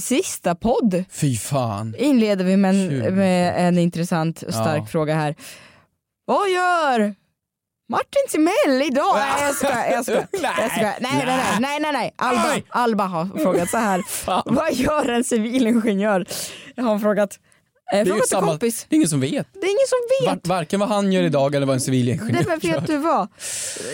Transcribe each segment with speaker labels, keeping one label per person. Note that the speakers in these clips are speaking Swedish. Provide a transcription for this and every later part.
Speaker 1: sista podd
Speaker 2: fy fan.
Speaker 1: inleder vi med
Speaker 2: Tjugo.
Speaker 1: en, med en intressant och stark
Speaker 2: Ja.
Speaker 1: fråga här. Vad gör Martin Timell idag? Nej jag skojar, jag skojar. Jag skojar. Nej, nej, nej, nej, nej, nej. Alba,
Speaker 2: Nej.
Speaker 1: Alba har frågat så här. Vad gör en civilingenjör? Har hon frågat. Eh,
Speaker 2: Det är ju
Speaker 1: frågat en
Speaker 2: samma, det
Speaker 1: kompis.
Speaker 2: är ingen som vet.
Speaker 1: Det är ingen som vet.
Speaker 2: Var, varken vad han gör idag eller vad en civilingenjör
Speaker 1: Nej men vet du vad?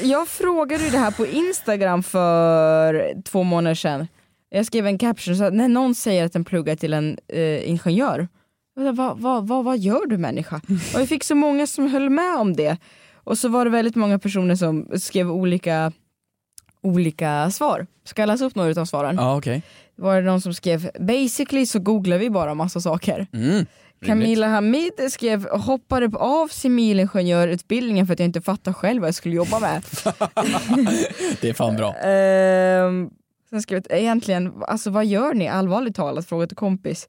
Speaker 1: Jag frågade ju det här på Instagram för två månader sedan. Jag skrev en caption så att när någon säger att den pluggar till en eh, ingenjör, jag bara, vad, vad, vad, vad gör du människa? Och jag fick så många som höll med om det. Och så var det väldigt många personer som skrev olika, olika svar. Ska jag läsa upp några av svaren?
Speaker 2: Ja, okej.
Speaker 1: Var det någon som skrev “basically så googlar vi bara massa saker”.
Speaker 2: Mm.
Speaker 1: Camilla Hamid skrev hoppade av civilingenjörutbildningen för att jag inte fattar själv vad jag skulle jobba med.
Speaker 2: Det är fan bra.
Speaker 1: ehm, sen skrev jag egentligen, alltså vad gör ni? Allvarligt talat, fråga till kompis.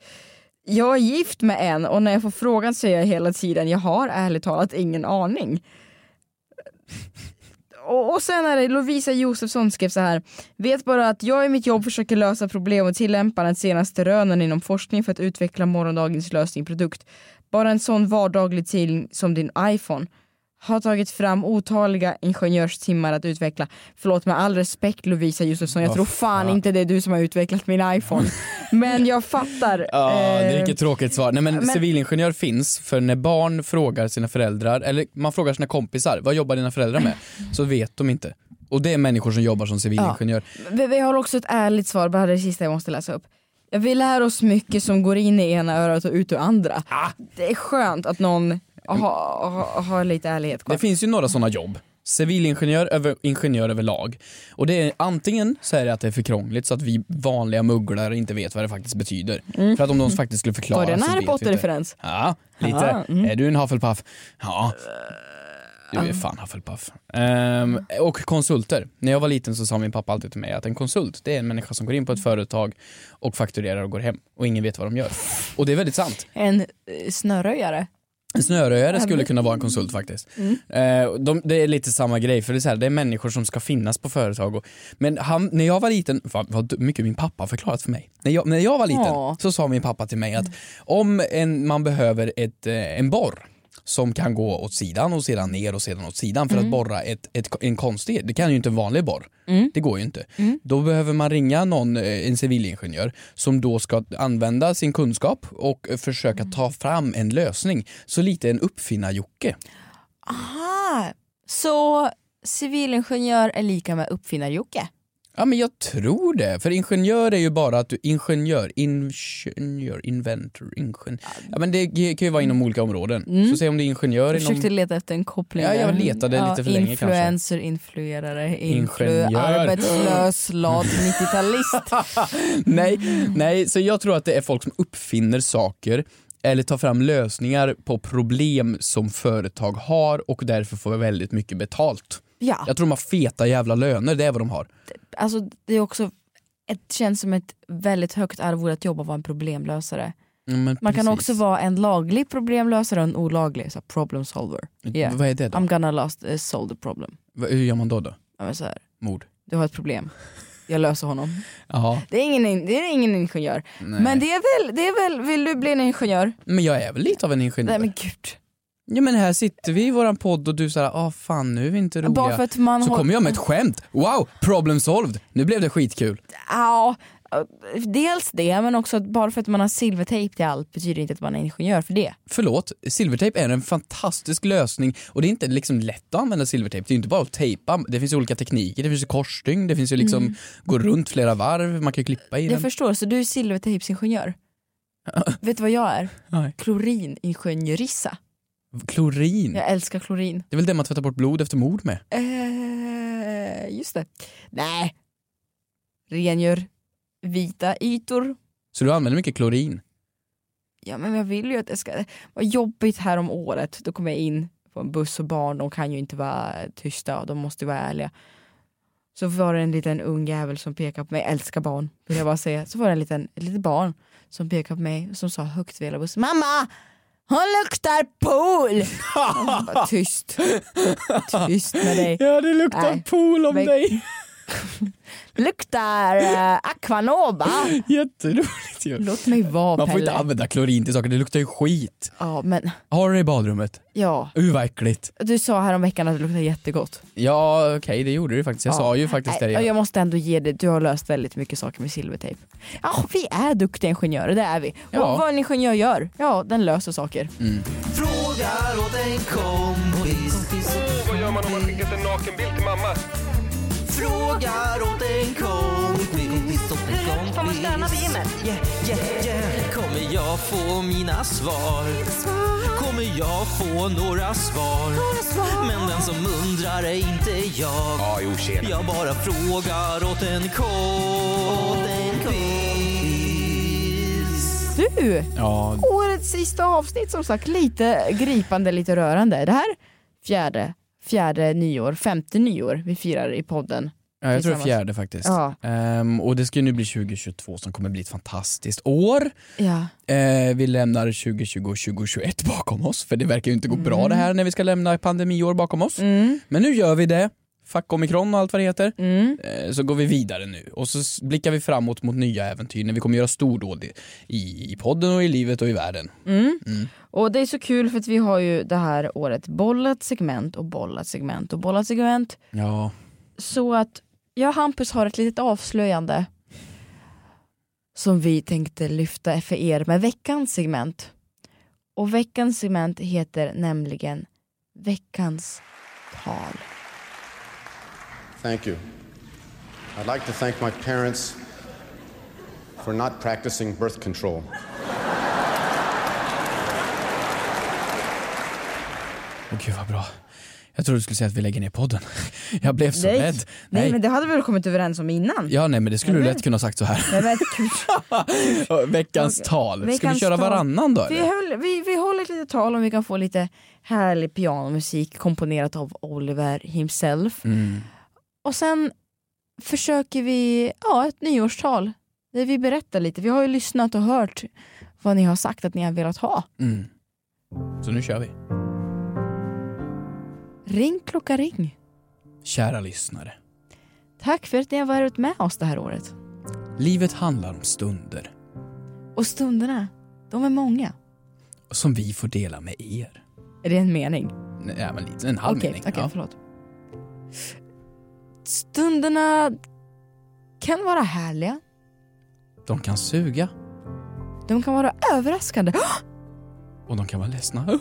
Speaker 1: Jag är gift med en och när jag får frågan säger jag hela tiden jag har ärligt talat ingen aning. Och, och sen är det Lovisa Josefsson skrev så här. Vet bara att jag i mitt jobb försöker lösa problem och tillämpa den senaste rönen inom forskning för att utveckla morgondagens lösning produkt. Bara en sån vardaglig tidning som din iPhone har tagit fram otaliga ingenjörstimmar att utveckla. Förlåt med all respekt Lovisa Josefsson, jag
Speaker 2: Vad
Speaker 1: tror fan,
Speaker 2: fan.
Speaker 1: inte det är du som har utvecklat min iPhone. Men jag fattar.
Speaker 2: Ja, det är
Speaker 1: eh,
Speaker 2: vilket tråkigt svar. Nej men,
Speaker 1: men-
Speaker 2: civilingenjör finns för när barn frågar sina föräldrar, eller man frågar sina kompisar, vad jobbar dina föräldrar med? Så vet de inte. Och det är människor som jobbar som civilingenjör.
Speaker 1: Vi, vi har också ett ärligt svar, bara det sista jag måste läsa upp. Vi lär oss mycket som går in i ena örat och ut ur andra.
Speaker 2: Ah.
Speaker 1: Det är skönt att någon har ha, ha lite ärlighet kvar.
Speaker 2: Det finns ju några sådana jobb. Civilingenjör över ingenjör överlag. Och det är antingen så är det att det är för krångligt så att vi vanliga mugglare inte vet vad det faktiskt betyder. För att om de faktiskt skulle förklara
Speaker 1: Mm. Var det en
Speaker 2: så vet
Speaker 1: Harry
Speaker 2: vi inte.
Speaker 1: Potter-referens?
Speaker 2: Ja, lite.
Speaker 1: Ja, mm. Um.
Speaker 2: Är du en Hufflepuff? Ja. Du är fan Hufflepuff. Ehm, och konsulter. När jag var liten så sa min pappa alltid till mig att en konsult, det är en människa som går in
Speaker 1: Mm.
Speaker 2: på ett företag och fakturerar och går hem och ingen vet vad de gör. Och det är väldigt sant.
Speaker 1: En eh, snöröjare.
Speaker 2: En snöröjare skulle kunna vara en konsult faktiskt.
Speaker 1: Mm.
Speaker 2: Eh, de, det är lite samma grej, för det är, så här, det är människor som ska finnas på företag. Och, men han, när jag var liten, fan, vad du- mycket min pappa har förklarat för mig. När jag, när jag var liten
Speaker 1: Ja.
Speaker 2: så sa min pappa till mig att om en, man behöver ett, eh, en borr som kan gå åt sidan och sedan ner och sedan åt sidan för
Speaker 3: Mm.
Speaker 2: att borra ett, ett, en konstig, det kan ju inte en vanlig borr. Det går ju inte.
Speaker 3: Mm.
Speaker 2: Då behöver man ringa någon, eh, en civilingenjör, som då ska använda sin kunskap och eh, försöka
Speaker 3: Mm.
Speaker 2: ta fram en lösning. Så lite en uppfinnar-Jocke.
Speaker 3: Aha, så civilingenjör är lika med uppfinnar-Jocke?
Speaker 2: Ja men jag tror det, för ingenjör är ju bara att du, ingenjör, ingenjör, inventor, ingen... Ja men det kan ju vara inom olika områden. Så säg om du är ingenjör
Speaker 3: Mm. Jag försökte
Speaker 2: inom...
Speaker 3: leta efter en koppling.
Speaker 2: Ja, jag
Speaker 3: där.
Speaker 2: letade lite för länge kanske.
Speaker 3: Influencer, influerare, influ,
Speaker 2: Ingenjör.
Speaker 3: arbetslös, lat 90-talist.
Speaker 2: Nej,
Speaker 3: Mm.
Speaker 2: nej, så jag tror att det är folk som uppfinner saker eller tar fram lösningar på problem som företag har och därför får väldigt mycket betalt.
Speaker 3: Ja,
Speaker 2: Jag tror de har feta jävla löner, det är vad de har.
Speaker 3: alltså det är också ett, känns som ett väldigt högt arvode att jobba och vara en problemlösare.
Speaker 2: Mm, men
Speaker 3: Man kan
Speaker 2: precis.
Speaker 3: också vara en laglig problemlösare och en olaglig så här, problem solver. Yeah.
Speaker 2: Vad är det då?
Speaker 3: I'm gonna last, eh, solve the problem.
Speaker 2: Vad- Hur gör man då? då?
Speaker 3: Ja, men så här,
Speaker 2: Mord?
Speaker 3: du har ett problem, jag löser honom.
Speaker 2: Ja,
Speaker 1: Det är ingen, in- det är ingen ingenjör.
Speaker 2: nej.
Speaker 1: Men det är, väl, det är väl, vill du bli en ingenjör?
Speaker 2: men jag är väl lite av en ingenjör?
Speaker 3: Nej men gud.
Speaker 2: Ja men här sitter vi i våran podd och du säger ah fan nu är vi inte roliga.
Speaker 3: Bara för att man
Speaker 2: Så
Speaker 3: har...
Speaker 2: kommer jag med ett skämt, wow, problem solved, nu blev det skitkul.
Speaker 3: Ja, eh, dels det men också att bara för att man har silvertejp till allt betyder inte att man är ingenjör för det.
Speaker 2: Förlåt, silvertejp är en fantastisk lösning och det är inte liksom lätt att använda silvertejp, det är ju inte bara att tejpa, det finns ju olika tekniker, det finns ju korsstygn, det finns ju liksom
Speaker 1: Mm.
Speaker 2: gå runt flera varv, man kan ju klippa i
Speaker 3: Jag
Speaker 2: den.
Speaker 3: förstår, så du är silvertejpsingenjör. Vet du vad jag är?
Speaker 2: Nej.
Speaker 3: Kloriningenjörissa.
Speaker 2: Klorin,
Speaker 3: Jag älskar klorin.
Speaker 2: det är väl det man tvättar bort blod efter mord med?
Speaker 3: Eh, just det. Nej. Rengör vita ytor.
Speaker 2: Så du använder mycket klorin?
Speaker 1: ja men jag vill ju att det ska vara jobbigt här om året. Då kommer jag in på en buss och barn, de kan ju inte vara tysta, de måste vara ärliga. Så var det en liten ung jävel som pekade på mig, jag älskar barn, vill jag bara säga. Så var det en liten, ett litet barn som pekade på mig och som sa högt vid hela bussen, mamma! Hon luktar pool! Och jag bara, tyst, tyst med dig.
Speaker 2: Ja det luktar
Speaker 1: Nej.
Speaker 2: pool om
Speaker 1: Men-
Speaker 2: dig.
Speaker 1: Luktar eh, Aquanova.
Speaker 2: Jätteroligt ju.
Speaker 1: Låt mig vara
Speaker 2: Man får
Speaker 1: Pelle.
Speaker 2: inte använda klorin till saker, det luktar ju skit.
Speaker 1: Ja men
Speaker 2: Har du det i badrummet?
Speaker 1: ja,
Speaker 2: Uh vad äckligt.
Speaker 1: du sa häromveckan att det luktar jättegott.
Speaker 2: Ja okej det gjorde du faktiskt, jag
Speaker 1: Ja.
Speaker 2: sa ju faktiskt
Speaker 1: Nej,
Speaker 2: det.
Speaker 1: och jag måste ändå ge dig, du har löst väldigt mycket saker med silvertejp. Ja, vi är duktiga ingenjörer, det är vi.
Speaker 2: Ja. Mm.
Speaker 1: Och vad en ingenjör gör, ja den löser saker.
Speaker 4: Frågar åt en kompis.
Speaker 5: Vad gör man om man skickat en nakenbild till mamma?
Speaker 4: Frågar åt en kompis. Åt en kompis. Får man stöna vid gymmet? Yeah, yeah, yeah. Kommer jag få mina svar? Kommer jag få några svar? Men den som undrar är inte jag.
Speaker 5: Ja, jo tjena.
Speaker 4: Jag bara frågar åt en kompis.
Speaker 1: Du!
Speaker 2: Ja,
Speaker 1: Årets sista avsnitt som sagt, lite gripande, lite rörande. Det här fjärde, fjärde nyår, femte nyår vi firar i podden.
Speaker 2: Ja, jag tror det är
Speaker 1: Tillsammans.
Speaker 2: fjärde faktiskt.
Speaker 1: Ja.
Speaker 2: Ehm, och det ska ju nu bli 2022 som kommer bli ett fantastiskt år.
Speaker 1: Ja.
Speaker 2: Eh, vi lämnar 2020 och 2021 bakom oss, för det verkar ju inte gå bra det
Speaker 1: Mm.
Speaker 2: här när vi ska lämna ett pandemiår bakom oss. Men nu gör vi det. Fuck omikron och allt vad det heter.
Speaker 1: Mm.
Speaker 2: Eh, så går vi vidare nu och så s- blickar vi framåt mot nya äventyr när vi kommer göra stordåd i, i podden och i livet och i världen.
Speaker 1: mm.
Speaker 2: Mm.
Speaker 1: Och det är så kul för att vi har ju det här året bollat segment och bollat segment och bollat segment.
Speaker 2: Ja,
Speaker 1: Så att jag och Hampus har ett litet avslöjande som vi tänkte lyfta för er med veckans segment. Och veckans segment heter nämligen veckans tal.
Speaker 6: Thank you. I'd like to thank my parents for not practicing birth control.
Speaker 2: och gud vad bra. Jag trodde du skulle säga att vi lägger ner podden. Jag blev så
Speaker 1: Nej.
Speaker 2: rädd.
Speaker 1: Nej. men det hade vi väl kommit överens om innan?
Speaker 2: Ja, nej men det skulle du lätt kunna ha sagt så här.
Speaker 1: Nej, men,
Speaker 2: Ja, Veckans tal. Ska
Speaker 1: Veckans
Speaker 2: vi köra
Speaker 1: tal.
Speaker 2: varannan då
Speaker 1: vi,
Speaker 2: eller?
Speaker 1: höll, vi, vi håller ett litet tal om vi kan få lite härlig pianomusik komponerat av Oliver himself.
Speaker 2: Mm.
Speaker 1: Och sen försöker vi, ja ett nyårstal. Där vi berättar lite, vi har ju lyssnat och hört vad ni har sagt att ni har velat ha.
Speaker 2: Mm. Så nu kör vi.
Speaker 1: Ring klocka ring.
Speaker 2: Kära lyssnare.
Speaker 1: Tack för att ni har varit med oss det här året.
Speaker 2: Livet handlar om stunder
Speaker 1: Och stunderna, de är många.
Speaker 2: som vi får dela med er.
Speaker 1: Är det en mening?
Speaker 2: Nej, ja, men lite, en halv
Speaker 1: Okej,
Speaker 2: mening.
Speaker 1: okej,
Speaker 2: ja.
Speaker 1: förlåt. Stunderna kan vara härliga.
Speaker 2: De kan suga
Speaker 1: De kan vara överraskande.
Speaker 2: och de kan vara ledsna.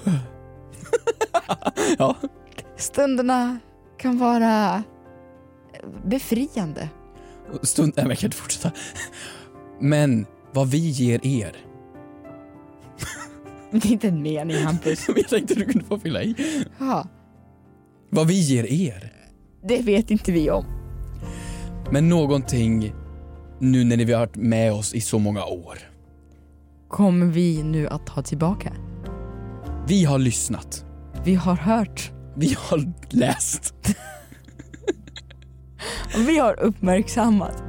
Speaker 2: ja.
Speaker 1: Stunderna kan vara befriande.
Speaker 2: Och Stund... Nej, men jag kan inte fortsätta. Men vad vi ger er.
Speaker 1: Det är inte en mening Hampus.
Speaker 2: Jag tänkte du kunde få fylla i.
Speaker 1: Ja,
Speaker 2: Vad vi ger er.
Speaker 1: det vet inte vi om.
Speaker 2: Men någonting nu när ni har varit med oss i så många år.
Speaker 1: Kommer vi nu att ta tillbaka?
Speaker 2: Vi har lyssnat.
Speaker 1: Vi har hört.
Speaker 2: Vi har läst.
Speaker 1: Och vi har uppmärksammat.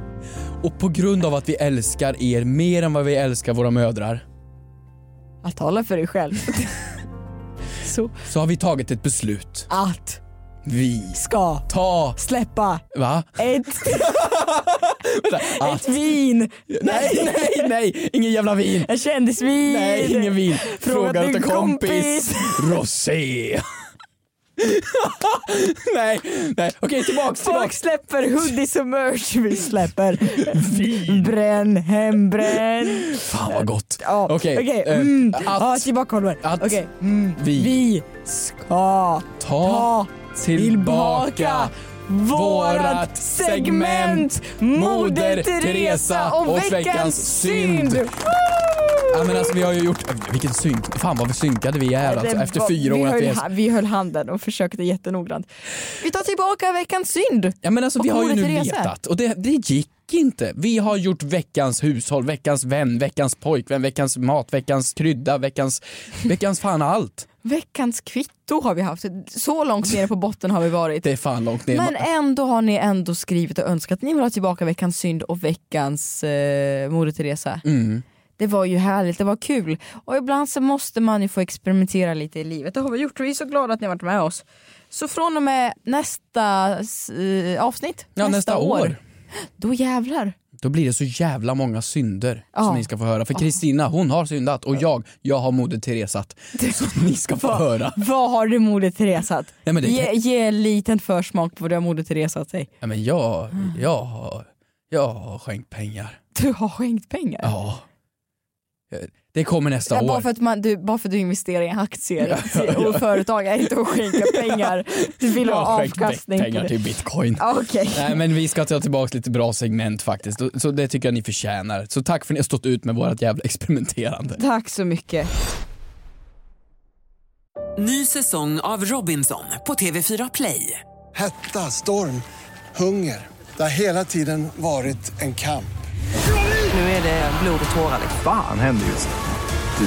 Speaker 2: Och på grund av att vi älskar er mer än vad vi älskar våra mödrar
Speaker 1: Att tala för dig själv. Så
Speaker 2: så har vi tagit ett beslut.
Speaker 1: att
Speaker 2: Vi
Speaker 1: ska
Speaker 2: ta...
Speaker 1: släppa
Speaker 2: Va?
Speaker 1: ett, ett vin.
Speaker 2: Nej, nej, nej! Ingen jävla vin!
Speaker 1: Ett kändisvin.
Speaker 2: Nej, ingen vin. Fråga
Speaker 1: till
Speaker 2: åt en kompis.
Speaker 1: kompis.
Speaker 2: Rosé. nej, nej. Okej, tillbaks,
Speaker 1: Folk
Speaker 2: tillbaks.
Speaker 1: släpper hoodies och merch. Vi släpper bränn, hembränn.
Speaker 2: Fan vad gott.
Speaker 1: Ja,
Speaker 2: Okej, eh,
Speaker 1: mm. ja,
Speaker 2: att,
Speaker 1: tillbaka Oliver.
Speaker 2: att
Speaker 1: Okej. Mm.
Speaker 2: vi-
Speaker 1: vi ska
Speaker 2: ta tillbaka
Speaker 1: tillbaka
Speaker 2: vårat
Speaker 1: vårat
Speaker 2: segment
Speaker 1: segment
Speaker 2: Moder
Speaker 1: Moder
Speaker 2: Teresa
Speaker 1: Teresa och veckans synd. Woo!
Speaker 2: Ja, men alltså, vi har ju gjort, vilken synk, fan vad synkade vi är alltså.
Speaker 1: Det
Speaker 2: Efter
Speaker 1: var-
Speaker 2: fyra
Speaker 1: vi
Speaker 2: år att
Speaker 1: höll,
Speaker 2: vi är...
Speaker 1: ha- vi höll handen och försökte jättenoggrant.
Speaker 3: Vi tar tillbaka veckans synd.
Speaker 2: Ja men alltså
Speaker 3: Och
Speaker 2: vi har ju
Speaker 3: Moder
Speaker 2: nu
Speaker 3: Teresa.
Speaker 2: vetat och det, det gick inte. Vi har gjort veckans hushåll, veckans vän, veckans pojkvän, veckans mat, veckans krydda, veckans, veckans fan allt.
Speaker 3: Veckans kvitto har vi haft. Så långt nere på botten har vi varit.
Speaker 2: Det är fan långt ner.
Speaker 3: Men ändå har ni ändå skrivit och önskat att ni vill ha tillbaka veckans synd och veckans eh, Moder Teresa.
Speaker 2: Mm.
Speaker 3: Det var ju härligt, det var kul. Och ibland så måste man ju få experimentera lite i livet. Det har vi gjort och vi är så glada att ni har varit med oss. Så från och med nästa eh, avsnitt,
Speaker 2: ja, nästa, år.
Speaker 3: då jävlar.
Speaker 2: Då blir det så jävla många synder
Speaker 3: Ja.
Speaker 2: som ni ska få höra. För Kristina, hon har syndat och jag, jag har Moder Teresat. Som ni ska få höra.
Speaker 3: Vad har du Moder Teresa?
Speaker 2: Nej, men det
Speaker 3: ge,
Speaker 2: kan-
Speaker 3: ge en liten försmak på vad du har Moder Teresa sig.
Speaker 2: Ja, men jag, jag, har- jag har skänkt pengar.
Speaker 3: Du har skänkt pengar.
Speaker 2: Ja. Det kommer nästa
Speaker 3: Ja,
Speaker 2: år.
Speaker 3: bara, för att man, du, bara för att du investerar i aktier och företag är inte att skänka pengar. Du vill
Speaker 2: jag
Speaker 3: ha
Speaker 2: har skänkt
Speaker 3: avkastning. på
Speaker 2: pengar
Speaker 3: det.
Speaker 2: till bitcoin.
Speaker 3: Ja, Okej.
Speaker 2: Nej men vi ska ta tillbaka lite bra segment faktiskt, så det tycker jag ni förtjänar. Så tack för att ni har stått ut med vårt jävla experimenterande.
Speaker 1: Tack så mycket.
Speaker 7: Ny säsong av Robinson på TV4 Play.
Speaker 8: Hetta, storm, hunger. Det har hela tiden varit en kamp.
Speaker 7: Nu är det blod och tårar. liksom.
Speaker 9: Fan händer just nu.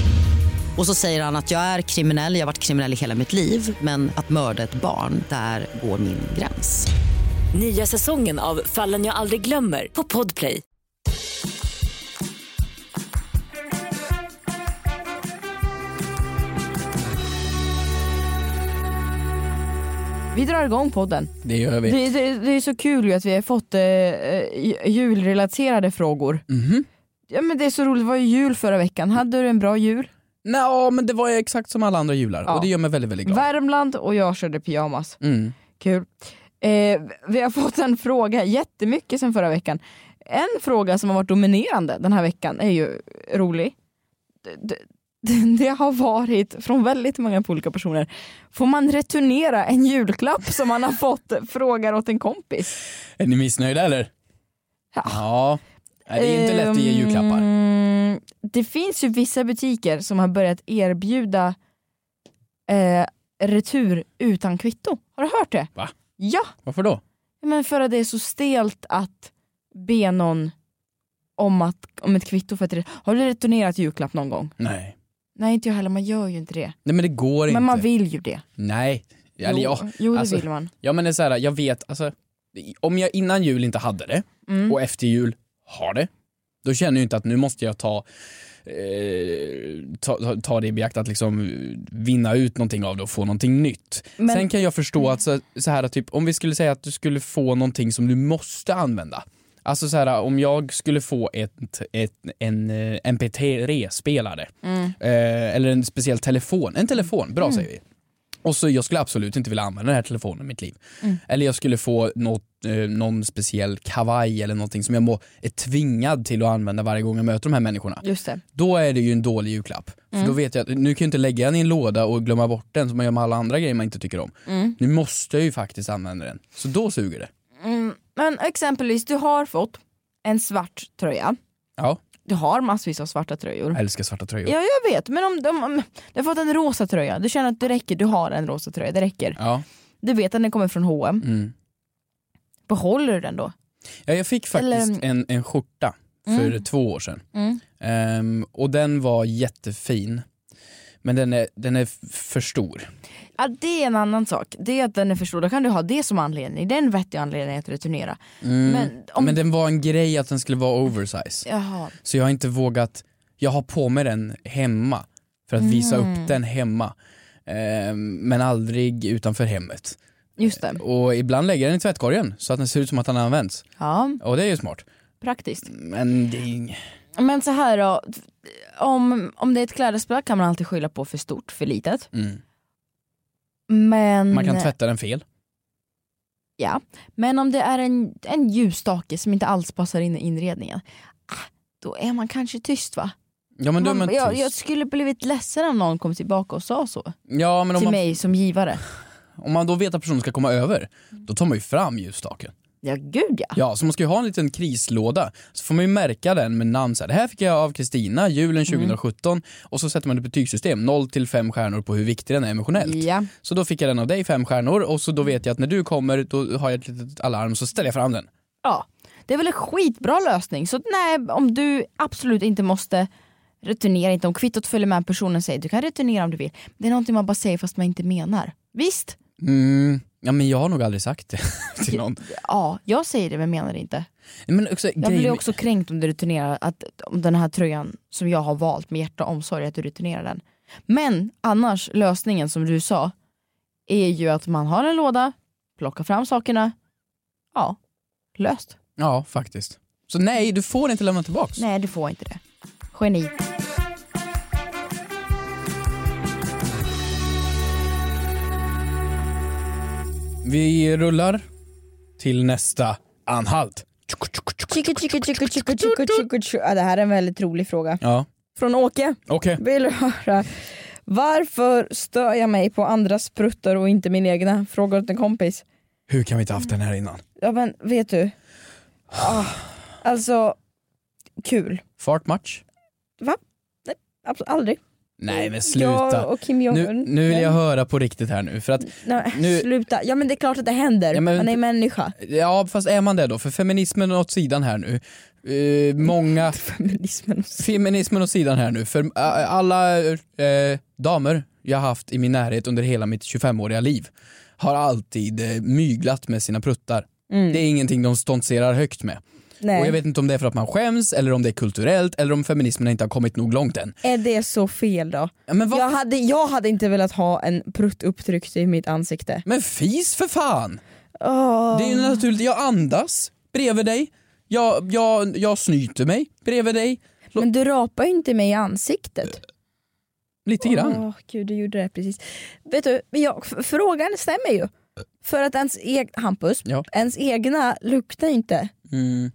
Speaker 10: Och så säger han att jag är kriminell, jag har varit kriminell i hela mitt liv men att mörda ett barn, där går min gräns. Nya säsongen av Fallen jag aldrig glömmer på Podplay.
Speaker 1: Vi drar igång podden.
Speaker 2: Det gör vi.
Speaker 1: Det, det, det är så kul ju att vi har fått eh, eh, julrelaterade frågor.
Speaker 2: Mhm.
Speaker 1: Ja, men det är så roligt, det var ju jul förra veckan. Hade du en bra jul?
Speaker 2: Nej, men det var ju exakt som alla andra jular
Speaker 1: Ja.
Speaker 2: och det gör mig väldigt, väldigt glad.
Speaker 1: Värmland och jag körde pyjamas.
Speaker 2: Mm.
Speaker 1: Kul. Eh, vi har fått en fråga jättemycket sen förra veckan. En fråga som har varit dominerande den här veckan är ju rolig. Det, det, det har varit från väldigt många olika personer. Får man returnera en julklapp som man har fått? Frågar åt en kompis.
Speaker 2: Är ni missnöjda eller?
Speaker 1: Ja.
Speaker 2: ja. Nej, det är inte lätt att ge julklappar.
Speaker 1: Ehm, det finns ju vissa butiker som har börjat erbjuda eh, retur utan kvitto. Har du hört det?
Speaker 2: Va?
Speaker 1: Ja!
Speaker 2: Varför då?
Speaker 1: Men för att det är så stelt att be någon om, att, om ett kvitto för att det, Har du returnerat julklapp någon gång?
Speaker 2: Nej.
Speaker 1: Nej inte jag heller, man gör ju inte det.
Speaker 2: Nej men det går inte.
Speaker 1: Men man vill ju det.
Speaker 2: Nej. Eller
Speaker 1: jo,
Speaker 2: ja.
Speaker 1: jo det
Speaker 2: alltså-
Speaker 1: vill man.
Speaker 2: ja men det är så här, jag vet, alltså, om jag innan jul inte hade det
Speaker 1: Mm.
Speaker 2: och efter jul har det, då känner jag inte att nu måste jag ta eh, ta, ta, ta det i beakt att liksom vinna ut någonting av det och få någonting nytt.
Speaker 1: Men-
Speaker 2: Sen kan jag förstå att så, så här typ om vi skulle säga att du skulle få någonting som du måste använda. Alltså så här om jag skulle få ett, ett, en eh, MP3-spelare eh, eller en speciell telefon, en telefon, bra säger vi. Och så jag skulle absolut inte vilja använda den här telefonen i mitt liv. Eller jag skulle få något, eh, någon speciell kavaj eller någonting som jag må, är tvingad till att använda varje gång jag möter de här människorna.
Speaker 1: Just det.
Speaker 2: Då är det ju en dålig julklapp.
Speaker 1: Mm.
Speaker 2: För då vet jag att nu kan jag inte lägga den i en låda och glömma bort den som man gör med alla andra grejer man inte tycker om. Nu måste jag ju faktiskt använda den. Så då suger det.
Speaker 1: Mm. Men exempelvis, du har fått en svart tröja.
Speaker 2: Ja,
Speaker 1: Du har massvis av svarta tröjor.
Speaker 2: jag älskar svarta tröjor.
Speaker 1: Ja jag vet, men om, om, om du har fått en rosa tröja, du känner att det räcker, du har en rosa tröja, det räcker.
Speaker 2: Ja.
Speaker 1: Du vet att den kommer från H&M.
Speaker 2: Mm.
Speaker 1: behåller du den då?
Speaker 2: Ja, jag fick faktiskt
Speaker 1: Eller-
Speaker 2: en, en skjorta för två år sedan.
Speaker 1: Mm.
Speaker 2: Ehm, och den var jättefin. Men den är, den är f- för stor.
Speaker 1: Ja, det är en annan sak. Det är att den är för stor. Då kan du ha det som anledning. Det är en vettig anledning att returnera. Men om...
Speaker 2: Mm. Men den var en grej att den skulle vara oversize.
Speaker 1: Jaha.
Speaker 2: Så jag har inte vågat, jag har på mig den hemma för att visa upp den hemma. Ehm, men aldrig utanför hemmet.
Speaker 1: Just det.
Speaker 2: Och ibland lägger jag den i tvättkorgen så att den ser ut som att den har använts.
Speaker 1: Ja,
Speaker 2: Och det är ju smart.
Speaker 1: praktiskt.
Speaker 2: Men det är ing-
Speaker 1: Men så här då, om, om det är ett klädesplagg kan man alltid skylla på för stort, för litet.
Speaker 2: Mm.
Speaker 1: Men,
Speaker 2: Man kan tvätta den fel.
Speaker 1: ja. Men om det är en, en ljusstake som inte alls passar in i inredningen, ah, då är man kanske tyst va?
Speaker 2: Ja men då är man
Speaker 1: jag,
Speaker 2: tyst.
Speaker 1: jag skulle blivit ledsen om någon kom tillbaka och sa så
Speaker 2: Ja men om
Speaker 1: till
Speaker 2: man,
Speaker 1: mig som givare.
Speaker 2: om man då vet att personen ska komma över, då tar man ju fram ljusstaken.
Speaker 1: Ja gud ja.
Speaker 2: Ja, så man ska ju ha en liten krislåda. Så får man ju märka den med namn. Så här, det här fick jag av Kristina
Speaker 1: Mm.
Speaker 2: julen 2017. Och så sätter man ett betygssystem, 0 till 5 stjärnor på hur viktig den är emotionellt.
Speaker 1: Ja.
Speaker 2: Så då fick jag den av dig, fem stjärnor. Och så då vet jag att när du kommer, då har jag ett litet alarm, så ställer jag fram den.
Speaker 1: ja. Det är väl en skitbra lösning. Så nej, om du absolut inte måste returnera, inte om kvittot följer med personen säger du kan returnera om du vill. Det är någonting man bara säger fast man inte menar. Visst?
Speaker 2: Mm. Ja, men jag har nog aldrig sagt det till någon.
Speaker 1: Ja, jag säger det men menar det inte.
Speaker 2: Men också,
Speaker 1: Jag blir
Speaker 2: grejen-
Speaker 1: också kränkt om du returnerar att, om den här tröjan som jag har valt med hjärta och omsorg, att du returnerar den. Men annars, lösningen som du sa, är ju att man har en låda, plockar fram sakerna, ja, löst.
Speaker 2: Ja, faktiskt. Så nej, du får inte lämna tillbaks.
Speaker 1: Nej, du får inte det. Geni.
Speaker 2: Vi rullar till nästa anhalt.
Speaker 1: Ja, det här är en väldigt rolig fråga.
Speaker 2: Ja,
Speaker 1: Från Åke.
Speaker 2: okej.
Speaker 1: Vill du höra? Varför stör jag mig på andras pruttar och inte min egna? Frågar åt en kompis.
Speaker 2: Hur kan vi inte haft den här innan?
Speaker 1: Ja men vet du. Ah, alltså, kul.
Speaker 2: Fart match?
Speaker 1: Absolut, aldrig.
Speaker 2: Nej men sluta.
Speaker 1: Jag och Kim Jong-Un.
Speaker 2: Nu, nu vill jag höra på riktigt här nu. För att,
Speaker 1: Nej,
Speaker 2: nu-
Speaker 1: Sluta. Ja men det är klart att det händer.
Speaker 2: Ja, men-
Speaker 1: Man är människa.
Speaker 2: ja fast är man det då? För feminismen åt sidan här nu. Eh, många,
Speaker 1: Feminismen.
Speaker 2: feminismen åt sidan här nu. För eh, alla eh, damer jag haft i min närhet under hela mitt 25-åriga liv har alltid eh, myglat med sina pruttar. Det är ingenting de stoltserar högt med. Och jag
Speaker 1: Mm. Nej.
Speaker 2: vet inte om det är för att man skäms eller om det är kulturellt eller om feminismen inte har kommit nog långt än.
Speaker 1: Är det så fel då?
Speaker 2: Ja, Men, vad,
Speaker 1: Jag hade, jag hade inte velat ha en prutt upptryckt i mitt ansikte.
Speaker 2: men fis för fan!
Speaker 1: Åh.
Speaker 2: Det är ju naturligt, jag andas bredvid dig. Jag, jag, jag snyter mig bredvid dig.
Speaker 1: Men du rapar ju inte mig i ansiktet.
Speaker 2: Lite grann.
Speaker 1: Åh gud, du gjorde det precis. Vet du, men jag, f- frågan stämmer ju. För att ens eg, Hampus,
Speaker 2: Ja.
Speaker 1: ens egna luktar inte.
Speaker 2: Mm.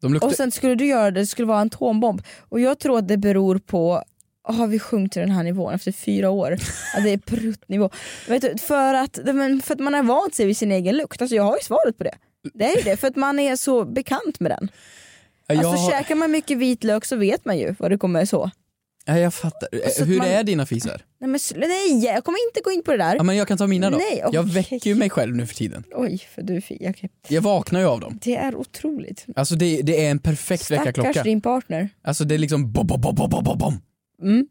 Speaker 2: De luktar...
Speaker 1: Och sen skulle du göra det, det skulle vara en atombomb. Och jag tror att det beror på, har vi sjunkit till den här nivån efter fyra år? Att det är pruttnivå. Vet du, för, att, men för att man har vant sig vid sin egen lukt. Alltså jag har ju svaret på det. Det är ju det, för att man är så bekant med den.
Speaker 2: jag,
Speaker 1: Alltså
Speaker 2: har-
Speaker 1: käkar man mycket vitlök så vet man ju vad det kommer så.
Speaker 2: Nej, jag fattar.
Speaker 1: Alltså att
Speaker 2: Hur
Speaker 1: man-
Speaker 2: är dina fisar?
Speaker 1: Nej, men, sl- nej jag kommer inte gå in på det där.
Speaker 2: Ja, men jag kan ta mina då.
Speaker 1: Nej, okej.
Speaker 2: Jag väcker ju mig själv nu för tiden.
Speaker 1: Oj, för du är fi. okej.
Speaker 2: Jag vaknar ju av dem.
Speaker 1: Det är otroligt.
Speaker 2: Alltså det, det är en perfekt
Speaker 1: Stackars
Speaker 2: väckarklocka.
Speaker 1: din partner.
Speaker 2: Alltså det är liksom bom, bom, bom, bom, bom, bom, bom.
Speaker 1: Mm.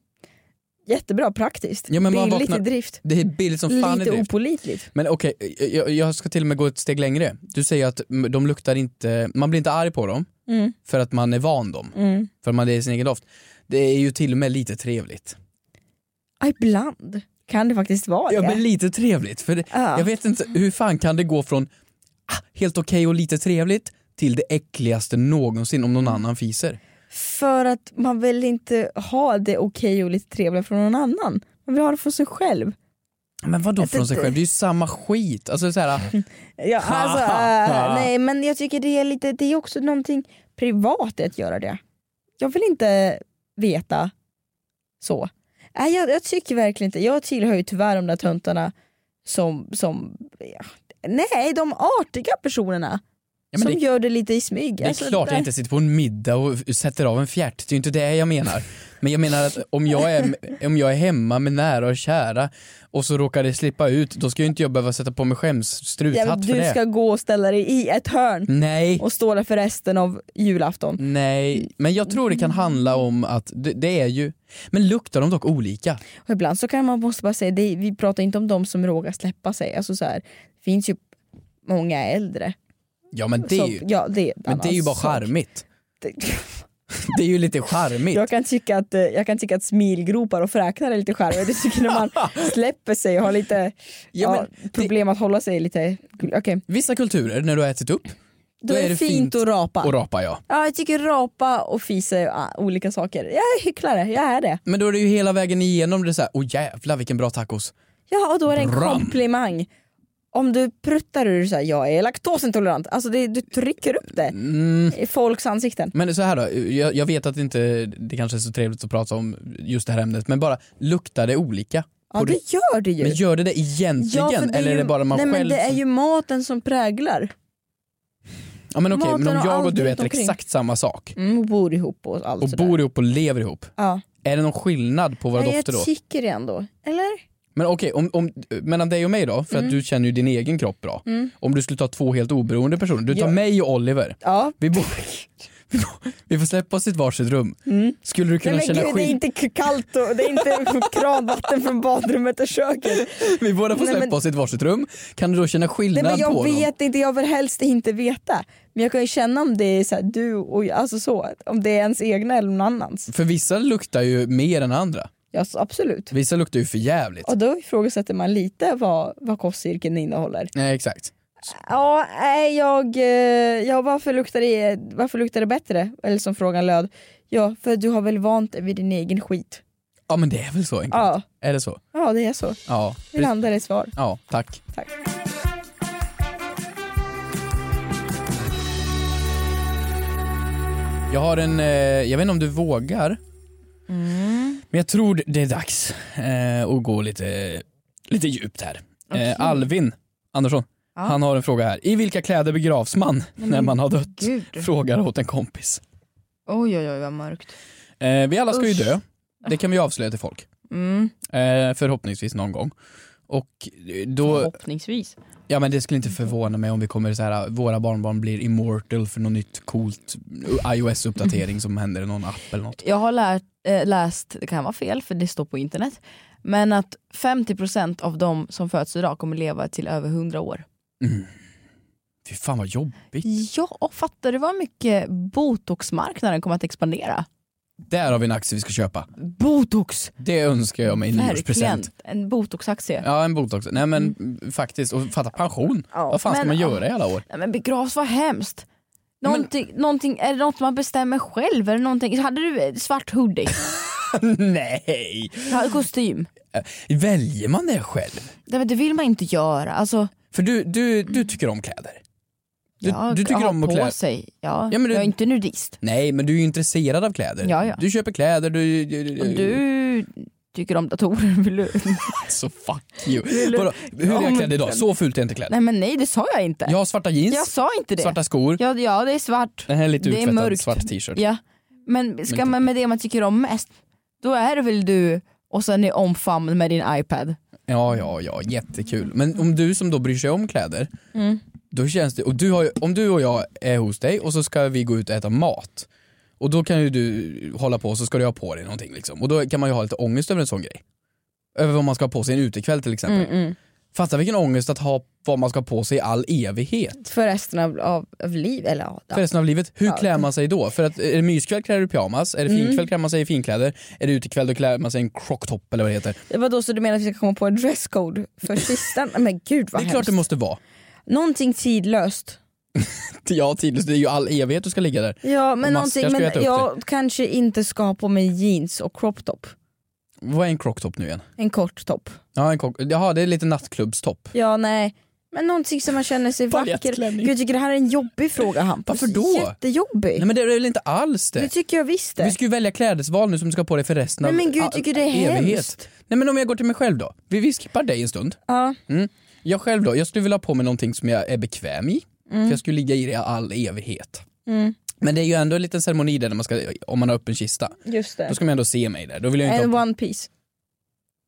Speaker 1: Jättebra, praktiskt.
Speaker 2: Ja, men man
Speaker 1: Billigt
Speaker 2: vaknar-
Speaker 1: i drift.
Speaker 2: Det är billigt som fan i
Speaker 1: Lite
Speaker 2: drift.
Speaker 1: opålitligt.
Speaker 2: Men okej, eh, jag, jag ska till och med gå ett steg längre. Du säger att mm, de luktar inte, man blir inte arg på dem
Speaker 1: Mm.
Speaker 2: för att man är van dem,
Speaker 1: Mm.
Speaker 2: för att man det är sin egen doft. Det är ju till och med lite trevligt.
Speaker 1: Ja, ibland kan det faktiskt vara
Speaker 2: Ja
Speaker 1: det.
Speaker 2: men lite trevligt, för det,
Speaker 1: Ja.
Speaker 2: jag vet inte hur fan kan det gå från ah, helt okej och lite trevligt till det äckligaste någonsin om
Speaker 1: Mm.
Speaker 2: någon annan fiser.
Speaker 1: För att man vill inte ha det okej och lite trevliga från någon annan. Man vill ha det från sig själv.
Speaker 2: Men vadå
Speaker 1: Jag
Speaker 2: från sig
Speaker 1: tänkte-
Speaker 2: själv? Det är ju samma skit. Alltså så här,
Speaker 1: Ja, alltså, äh, nej men jag tycker det är lite, det är också någonting privat i att göra det. Jag vill inte veta så. Nej, jag, jag tycker verkligen inte, jag tillhör ju tyvärr de där töntarna som, som ja, nej de artiga personerna
Speaker 2: ja, men
Speaker 1: som
Speaker 2: det,
Speaker 1: gör det lite i smyg.
Speaker 2: det är
Speaker 1: Alltså,
Speaker 2: klart jag
Speaker 1: nej.
Speaker 2: inte sitter på en middag och sätter av en fjärt, det är ju inte det jag menar. Men jag menar att om jag är, om jag är hemma med nära och kära och så råkar det slippa ut, då ska ju inte jag behöva sätta på mig
Speaker 1: Ja, men
Speaker 2: skämsstruthatt för
Speaker 1: Du
Speaker 2: det. Mm.
Speaker 1: ska gå och ställa dig i ett hörn
Speaker 2: Nej.
Speaker 1: och stå där för resten av
Speaker 2: Mm.
Speaker 1: julafton.
Speaker 2: Nej, men jag tror det kan handla om att det, det är ju, men luktar de dock olika?
Speaker 1: Och ibland så kan man måste bara säga, det, vi pratar inte om de som råkar släppa sig. Alltså så här, det finns ju många äldre.
Speaker 2: Ja men det är
Speaker 1: Så-
Speaker 2: ju,
Speaker 1: ja, det är en
Speaker 2: men det är ju
Speaker 1: annan
Speaker 2: bara
Speaker 1: sak.
Speaker 2: charmigt.
Speaker 1: Det-
Speaker 2: Det är ju lite charmigt.
Speaker 1: Jag kan, tycka att, eh, jag kan tycka att smilgropar och fräknar är lite charmigt. Jag tycker när man släpper sig och har lite
Speaker 2: Ja,
Speaker 1: ja,
Speaker 2: men det-
Speaker 1: problem att hålla sig lite... Okej,
Speaker 2: Vissa kulturer, när du har ätit upp,
Speaker 1: Då, är det fint att rapa.
Speaker 2: Och rapa ja.
Speaker 1: Ja, jag tycker rapa och fisa är ah, olika saker. Jag är hycklare, jag är det.
Speaker 2: Men då är det ju hela vägen igenom det är så här, åh jävlar vilken bra tacos.
Speaker 1: Ja, och då är det en
Speaker 2: Bram.
Speaker 1: komplimang. Om du pruttar ur så här, jag är laktosintolerant. Alltså det, du trycker upp det
Speaker 2: Mm.
Speaker 1: i folks ansikten.
Speaker 2: Men så här då, jag, jag vet att inte, det kanske är så trevligt att prata om just det här ämnet, men bara luktar det olika?
Speaker 1: Ja,
Speaker 2: På
Speaker 1: det
Speaker 2: det-
Speaker 1: gör det ju.
Speaker 2: Men gör det det
Speaker 1: ja,
Speaker 2: egentligen?
Speaker 1: för
Speaker 2: eller är
Speaker 1: ju-
Speaker 2: det bara man
Speaker 1: nej,
Speaker 2: själv
Speaker 1: men det är
Speaker 2: som-
Speaker 1: ju maten som präglar.
Speaker 2: Ja men okej, men om
Speaker 1: maten och
Speaker 2: jag och
Speaker 1: allt
Speaker 2: du
Speaker 1: runt
Speaker 2: äter
Speaker 1: omkring.
Speaker 2: exakt samma sak
Speaker 1: Mm, och bor ihop och allt
Speaker 2: och
Speaker 1: sådär.
Speaker 2: bor ihop och lever ihop,
Speaker 1: Ja.
Speaker 2: är det någon skillnad på våra
Speaker 1: Nej,
Speaker 2: dofter då?
Speaker 1: Jag tycker det ändå. Eller?
Speaker 2: Men okej, om, om, mellan dig och mig då, för att du känner ju din egen kropp bra.
Speaker 1: Mm.
Speaker 2: Om du skulle ta två helt oberoende personer, du tar
Speaker 1: Ja.
Speaker 2: mig och Oliver.
Speaker 1: Ja.
Speaker 2: Vi, bor, vi, får, vi får släppa oss i ett varsitt rum.
Speaker 1: Mm.
Speaker 2: Skulle du kunna
Speaker 1: Nej, men
Speaker 2: känna
Speaker 1: gud, det är
Speaker 2: skillnad?
Speaker 1: inte k- kallt och det är inte kranvatten från badrummet och köket.
Speaker 2: Vi båda får
Speaker 1: Nej,
Speaker 2: släppa
Speaker 1: men-
Speaker 2: oss i ett varsitt rum. Kan du då känna
Speaker 1: Nej,
Speaker 2: skillnad
Speaker 1: men jag
Speaker 2: på dem?
Speaker 1: vet inte, jag vill helst inte veta. Men jag kan ju känna om det är så här, du och jag, alltså så, om det är ens egna eller någon annans.
Speaker 2: För vissa luktar ju mer än andra.
Speaker 1: Ja, så absolut.
Speaker 2: Vissa luktar ju för jävligt.
Speaker 1: Och då ifrågasätter man lite vad, vad kostcirkeln innehåller.
Speaker 2: Nej, exakt.
Speaker 1: Ja, nej, jag, eh, ja varför, luktar det, varför luktar det bättre? Eller som frågan löd, ja för du har väl vant dig vid din egen skit.
Speaker 2: Ja men det är väl så enkelt?
Speaker 1: Ja,
Speaker 2: Är det så?
Speaker 1: ja det är så.
Speaker 2: Ja.
Speaker 1: Vi landar i svar.
Speaker 2: Ja, tack.
Speaker 1: Tack.
Speaker 2: Jag har en, eh, jag vet inte om du vågar,
Speaker 3: Mm.
Speaker 2: men jag tror det är dags eh, att gå lite, lite djupt här.
Speaker 3: Okej.
Speaker 2: Eh, Alvin Andersson,
Speaker 3: Ja.
Speaker 2: han har en fråga här. I vilka kläder begravs man när man har dött?
Speaker 3: Gud.
Speaker 2: Frågar åt en kompis.
Speaker 3: Oj oj oj vad mörkt.
Speaker 2: Eh, vi alla ska ju
Speaker 3: Usch. Ah.
Speaker 2: dö, det kan vi avslöja till folk.
Speaker 3: Mm.
Speaker 2: Eh, förhoppningsvis någon gång. Och eh, då,
Speaker 3: Förhoppningsvis.
Speaker 2: ja men det skulle inte förvåna mig om vi kommer så här, våra barnbarn blir immortal för något nytt coolt iOS-uppdatering som händer i någon app eller något.
Speaker 3: Jag har lärt, eh, läst, det kan vara fel för det står på internet, men att 50% av de som föds idag kommer leva till över 100 år.
Speaker 2: Fy fan vad jobbigt.
Speaker 3: Ja, fattar du vad mycket botoxmarknaden kommer att expandera?
Speaker 2: Där har vi en aktie vi ska köpa.
Speaker 3: Botox!
Speaker 2: Det önskar jag mig i
Speaker 3: Verkligen,
Speaker 2: nyårspresent.
Speaker 3: en botoxaktie.
Speaker 2: Ja en botox. Nej men faktiskt, och fatta pension.
Speaker 3: Ja,
Speaker 2: vad fan ska
Speaker 3: men-
Speaker 2: man göra i alla år?
Speaker 3: Nej men begravs, vad hemskt. Någonting, någonting, är det något man bestämmer själv? Är det någonting, hade du eh, svart hoodie?
Speaker 2: Nej!
Speaker 3: Ja, Kostym?
Speaker 2: Väljer man det själv?
Speaker 3: Nej, men det vill man inte göra. Alltså,
Speaker 2: För du, du, du tycker om kläder? Du,
Speaker 3: ja,
Speaker 2: du tycker
Speaker 3: ha
Speaker 2: om att
Speaker 3: på
Speaker 2: klä...
Speaker 3: sig. Ja,
Speaker 2: Ja, men du-
Speaker 3: Jag är inte nudist.
Speaker 2: Nej men du är ju intresserad av kläder.
Speaker 3: Ja, ja.
Speaker 2: Du köper kläder, du... du, du,
Speaker 3: Och du tycker om datorer. Vill du?
Speaker 2: Så fuck you.
Speaker 3: Eller-
Speaker 2: Vadå, hur är
Speaker 3: Ja,
Speaker 2: jag
Speaker 3: men-
Speaker 2: klädd idag? Så fult är jag inte klädd.
Speaker 3: Nej men nej det sa jag inte.
Speaker 2: Jag har svarta jeans,
Speaker 3: jag sa inte det.
Speaker 2: svarta skor,
Speaker 3: Ja, ja det är svart.
Speaker 2: den här lite
Speaker 3: Det är
Speaker 2: utfettad
Speaker 3: mörkt.
Speaker 2: svart t-shirt.
Speaker 3: Ja. Men ska
Speaker 2: inte-
Speaker 3: man med det man tycker om mest, då är det väl du och sen är omfamn med din iPad.
Speaker 2: Ja, ja, ja, jättekul. Men om du som då bryr sig om kläder,
Speaker 3: Mm.
Speaker 2: då känns det, och du har, ju- om du och jag är hos dig och så ska vi gå ut och äta mat, och då kan ju du hålla på så ska du ha på dig någonting liksom. Och då kan man ju ha lite ångest över en sån grej. Över vad man ska ha på sig en utekväll till exempel.
Speaker 3: Mm,
Speaker 2: Fatta vilken ångest att ha vad man ska ha på sig i all evighet.
Speaker 1: För resten av, av, av liv, eller ja.
Speaker 2: för resten av livet. Hur
Speaker 1: Ja.
Speaker 2: klär man sig då? För att är det myskväll klär du pyjamas, är det finkväll klär man sig i finkläder, är det utekväll då klär man sig i en crocktopp eller vad det heter.
Speaker 1: Det var då så du menar att vi ska komma på en dresscode för kistan? Nej, Men gud
Speaker 2: det är
Speaker 1: vad
Speaker 2: klart
Speaker 1: hemskt.
Speaker 2: det måste vara.
Speaker 1: Någonting tidlöst.
Speaker 2: Ja, tidlöst. Det är ju all evighet du ska ligga där.
Speaker 1: Ja men
Speaker 2: man ska-
Speaker 1: någonting,
Speaker 2: ska
Speaker 1: men
Speaker 2: jag ta upp
Speaker 1: jag kanske inte ska ha på mig jeans och crop top.
Speaker 2: Vad är en crocktopp nu igen?
Speaker 1: En kort topp.
Speaker 2: Ja, en crock... Jaha, det är lite nattklubbstopp.
Speaker 1: Ja nej. Men någonting som man känner sig vacker.
Speaker 2: Paljettklänning.
Speaker 1: Gud, jag tycker det här är en jobbig fråga Hampus.
Speaker 2: Varför då?
Speaker 1: Jättejobbig.
Speaker 2: Nej men det är väl inte alls
Speaker 1: det
Speaker 2: det?
Speaker 1: tycker jag visst
Speaker 2: Vi
Speaker 1: det.
Speaker 2: ska ju välja klädesval nu som du ska ha på dig för resten
Speaker 1: Nej,
Speaker 2: av
Speaker 1: men gud,
Speaker 2: all-
Speaker 1: tycker det är hemskt.
Speaker 2: Nej men om jag går till mig själv då. Vi, vi skippar dig en stund. Mm.
Speaker 1: Ja.
Speaker 2: Jag själv då, jag skulle vilja ha på mig någonting som jag är bekväm i.
Speaker 1: Mm.
Speaker 2: För jag skulle ligga i det i all evighet. Men det är ju ändå en liten ceremoni där när man ska, om man har öppen kista.
Speaker 1: Just
Speaker 2: Då
Speaker 1: det.
Speaker 2: ska man ändå se mig där. Då vill jag inte
Speaker 1: En
Speaker 2: ha
Speaker 1: one piece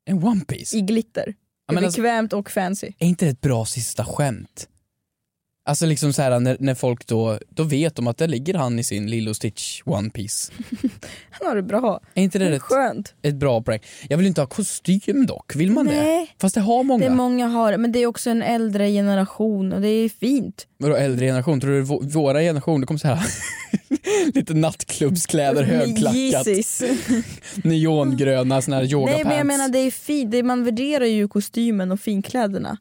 Speaker 2: en one piece.
Speaker 1: i glitter.
Speaker 2: Ja, men alltså,
Speaker 1: Bekvämt och fancy.
Speaker 2: är inte det ett bra sista skämt? Alltså liksom så här när, när folk då, då vet de att där ligger han i sin Lilo Stitch one piece.
Speaker 1: Han har det bra.
Speaker 2: Är inte det ett,
Speaker 1: Skönt.
Speaker 2: ett bra prank? Jag vill inte ha kostym dock, vill man
Speaker 1: Nej.
Speaker 2: det? Fast det har många.
Speaker 1: Det är många har det, men det är också en äldre generation och det är fint.
Speaker 2: Vadå äldre generation? Tror du vå- våra generation, det kommer så här lite nattklubbskläder, högklackat,
Speaker 1: Jesus.
Speaker 2: neongröna såna här
Speaker 1: Nej
Speaker 2: yogapants.
Speaker 1: men jag menar det är fint, Det- man värderar ju kostymen och finkläderna.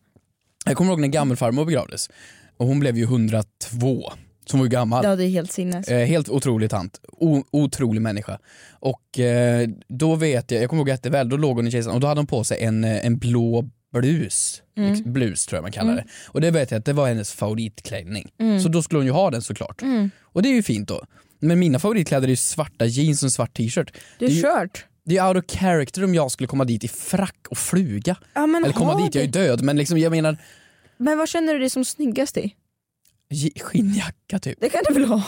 Speaker 2: Jag kommer ihåg när gammelfarmor begravdes och hon blev ju 102. som var ju gammal.
Speaker 1: Ja, det är helt sinnes.
Speaker 2: Eh, helt otrolig tant. O- otrolig människa. Och eh, då vet jag, jag kommer ihåg jätteväl, då låg hon i kejsaren och då hade hon på sig en, eh, en blå blus.
Speaker 1: Mm.
Speaker 2: Ex- Blus tror jag man kallar det. Och det vet jag att det var hennes favoritklänning.
Speaker 1: Mm.
Speaker 2: Så då skulle hon ju ha den såklart.
Speaker 1: Mm.
Speaker 2: Och det är ju fint då. Men mina favoritkläder är ju svarta jeans och en svart t-shirt. det,
Speaker 1: Du
Speaker 2: är
Speaker 1: är
Speaker 2: ju,
Speaker 1: kört.
Speaker 2: det är out of character om jag skulle komma dit i frack och fluga.
Speaker 1: Ja, men,
Speaker 2: Eller komma
Speaker 1: ha
Speaker 2: dit, jag är ju
Speaker 1: det.
Speaker 2: död men liksom jag menar
Speaker 1: men vad känner du dig som snyggast i?
Speaker 2: j- skinnjacka typ.
Speaker 1: Det kan du väl ha?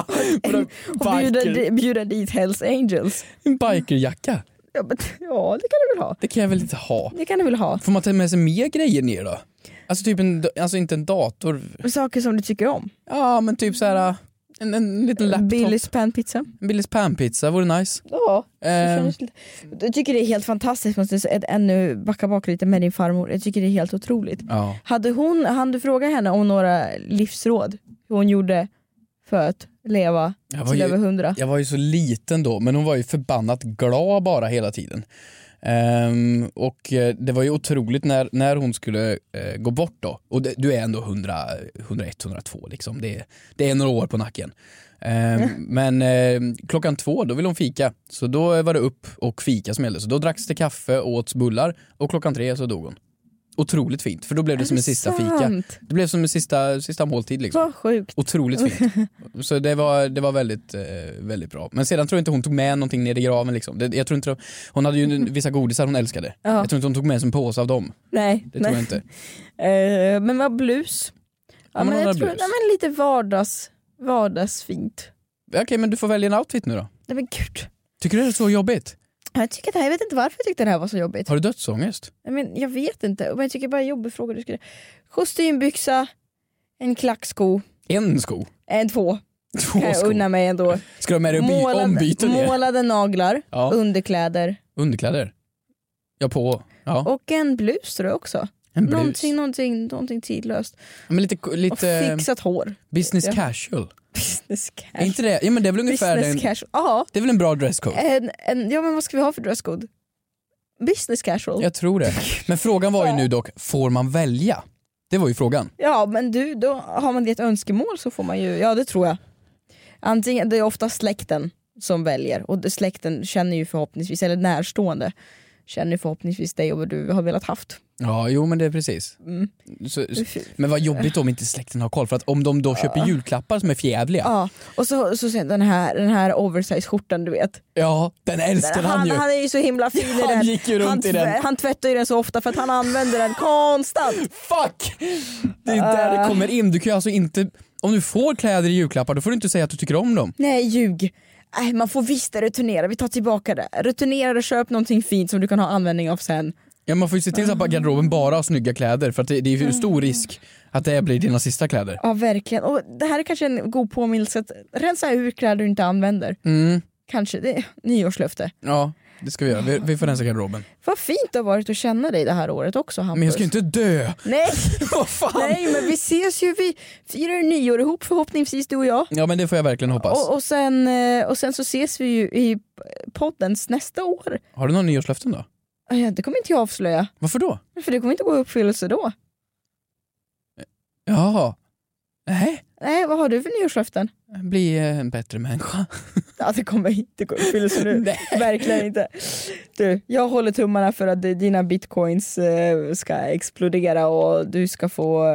Speaker 1: Och bjuda,
Speaker 2: Biker,
Speaker 1: di- bjuda dit Hells Angels.
Speaker 2: en bikerjacka.
Speaker 1: Ja, men, ja, det kan du väl ha?
Speaker 2: Det kan jag väl inte ha.
Speaker 1: Det kan du väl ha?
Speaker 2: Får man ta med sig mer grejer ner då? Alltså typ en, alltså inte en dator.
Speaker 1: Saker som du tycker om.
Speaker 2: Ja men typ så här en, en liten laptop.
Speaker 1: Billys panpizza.
Speaker 2: En Billys panpizza vore nice.
Speaker 1: Ja, det
Speaker 2: Eh,
Speaker 1: känns lite- jag tycker det är helt fantastiskt, måste jag säga, att ännu backa bak lite med din farmor. Jag tycker det är helt otroligt.
Speaker 2: ja.
Speaker 1: Hade hon, hann du fråga henne om några livsråd? Hur hon gjorde för att leva
Speaker 2: Jag var,
Speaker 1: till över
Speaker 2: ju,
Speaker 1: hundra?
Speaker 2: jag var ju så liten då men hon var ju förbannat glad bara hela tiden. Ehm, och eh, det var ju otroligt när, när hon skulle eh, gå bort då. Och det, du är ändå 100, 101, 102 liksom. Det, är- det är några år på nacken. Ehm, Men eh, klockan två då ville hon fika. Så då var det upp och fika som gällde. Så då dracks det kaffe och åts bullar och klockan tre så dog hon. Otroligt fint för då blev det som en sista fika.
Speaker 1: Sant?
Speaker 2: Det blev som en sista, sista måltid liksom.
Speaker 1: Vad sjukt.
Speaker 2: Otroligt fint. Så det var, det var väldigt, eh, väldigt bra. Men sedan tror jag inte hon tog med någonting ner i graven. Liksom. Det, jag tror inte, hon hade ju vissa godisar hon älskade.
Speaker 1: Ja.
Speaker 2: Jag tror inte hon tog med sig en påse av dem.
Speaker 1: Nej.
Speaker 2: Det
Speaker 1: nej.
Speaker 2: tror jag inte.
Speaker 1: Eh, men vad blus. Ja,
Speaker 2: men
Speaker 1: men
Speaker 2: hon
Speaker 1: jag
Speaker 2: hade
Speaker 1: tror,
Speaker 2: blus.
Speaker 1: nej, men lite vardags, vardagsfint.
Speaker 2: Okej men du får välja en outfit nu då.
Speaker 1: Nej men gud.
Speaker 2: Tycker du det är så jobbigt?
Speaker 1: Jag, tycker att det här, jag vet inte varför jag tyckte det här var så jobbigt.
Speaker 2: Har du dödsångest?
Speaker 1: Nej, men jag vet inte, men jag tycker bara jobbig fråga. Du skulle... Kostymbyxa, en klacksko, eh,
Speaker 2: En sko?
Speaker 1: en två
Speaker 2: Två
Speaker 1: kan jag
Speaker 2: skor?
Speaker 1: unna mig ändå.
Speaker 2: Ska du ha med dig by- ombyten ner?
Speaker 1: målade naglar,
Speaker 2: Ja.
Speaker 1: underkläder
Speaker 2: Underkläder? Ja på? Ja.
Speaker 1: och en blus tror jag också.
Speaker 2: En blus?
Speaker 1: Någonting, någonting, någonting tidlöst.
Speaker 2: Men lite lite
Speaker 1: Och fixat hår.
Speaker 2: business
Speaker 1: Ja.
Speaker 2: casual?
Speaker 1: Business
Speaker 2: Är
Speaker 1: cash.
Speaker 2: inte det? Ja men det är väl ungefär den,
Speaker 1: Business casual. Ja,
Speaker 2: det är väl en bra dresscode?
Speaker 1: en, en, ja, men vad ska vi ha för dresscode? Business casual.
Speaker 2: Jag tror det. Men frågan var ju
Speaker 1: Ja.
Speaker 2: nu dock, får man välja? Det var ju frågan.
Speaker 1: Ja men du, då har man det ett önskemål så får man ju, ja det tror jag. Antingen, det är ofta släkten som väljer och det- släkten känner ju förhoppningsvis, eller närstående känner ju förhoppningsvis dig och vad du har velat haft.
Speaker 2: Ja, jo men det är precis.
Speaker 1: Mm.
Speaker 2: Så, men vad jobbigt om inte släkten har koll, för att om de då köper julklappar som är förjävliga,
Speaker 1: Ja, och så, så sen den här, den här oversize skjortan du vet.
Speaker 2: ja den älskar
Speaker 1: Den,
Speaker 2: han,
Speaker 1: han,
Speaker 2: ju.
Speaker 1: han är ju så himla fin i
Speaker 2: Han
Speaker 1: den.
Speaker 2: gick ju runt
Speaker 1: han,
Speaker 2: i den.
Speaker 1: tv- Han tvättar ju den så ofta för att han använder den konstant.
Speaker 2: Fuck! Det är där
Speaker 1: Ah.
Speaker 2: det kommer in. Du kan ju alltså inte, om du får kläder i julklappar då får du inte säga att du tycker om dem.
Speaker 1: Nej ljug. Nej, man får visst returnera, vi tar tillbaka det. Returnera och köp någonting fint som du kan ha användning av sen.
Speaker 2: Ja, man får ju se till så att garderoben bara har snygga kläder för att det, det
Speaker 1: Mm.
Speaker 2: är ju en stor risk att det blir dina sista kläder.
Speaker 1: Ja verkligen. Och det här är kanske en god påminnelse att rensa ur kläder du inte använder.
Speaker 2: Mm,
Speaker 1: Kanske det är nyårslöfte.
Speaker 2: ja, det ska vi göra. Vi, vi får rensa garderoben.
Speaker 1: Vad fint det har varit att känna dig det här året också Hampus.
Speaker 2: Men jag ska ju inte dö!
Speaker 1: Nej,
Speaker 2: Vad fan!
Speaker 1: nej men vi ses ju, vi firar nyår ihop förhoppningsvis du och jag.
Speaker 2: Ja men det får jag verkligen hoppas.
Speaker 1: Och, och, sen, eh, och sen så ses vi ju i poddens nästa år.
Speaker 2: Har du några nyårslöften då?
Speaker 1: Eh, Det kommer inte jag avslöja,
Speaker 2: Varför då?
Speaker 1: för det kommer inte gå i uppfyllelse då.
Speaker 2: Jaha. Nej,
Speaker 1: Nej, vad har du för nyårslöften?
Speaker 2: bli eh, en bättre människa.
Speaker 1: Ja, det kommer inte gå i uppfyllelse nu. Verkligen inte. Du, jag håller tummarna för att dina bitcoins eh, ska explodera och du ska få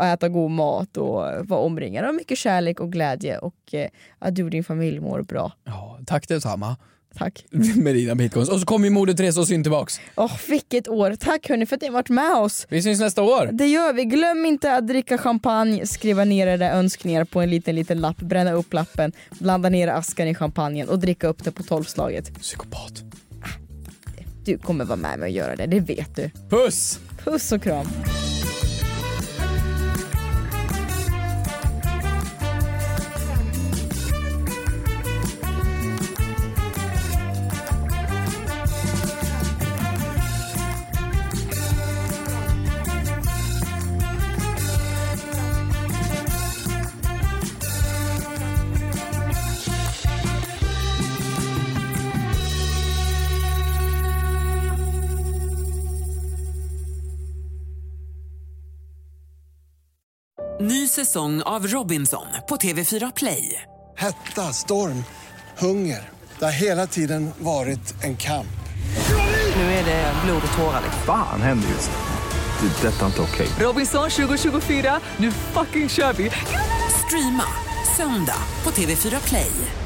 Speaker 1: eh, äta god mat och vara omringad av mycket kärlek och glädje och eh, att du och din familj mår bra.
Speaker 2: Ja, tack detsamma.
Speaker 1: Tack.
Speaker 2: Med dina bitcoins. Och så kommer ju Moder Teresa och syn tillbaks.
Speaker 1: Åh, vilket år. Tack hörni för att ni har varit med oss.
Speaker 2: Vi syns nästa år.
Speaker 1: Det gör vi. Glöm inte att dricka champagne, skriva ner era önskningar på en liten, liten lapp, bränna upp lappen, blanda ner askan i champagnen och dricka upp det på tolvslaget.
Speaker 2: Psykopat.
Speaker 1: Du kommer vara med mig och göra det, det vet du.
Speaker 2: Puss!
Speaker 1: Puss och kram.
Speaker 7: Ny säsong av Robinson på TV4 Play.
Speaker 8: Hetta, storm, hunger. Det har hela tiden varit en kamp.
Speaker 7: Nu är det blod och tårar.
Speaker 9: Fan händer just det. Det är detta inte okej.
Speaker 7: Robinson 2024, nu fucking kör vi! Streama söndag på TV4 Play.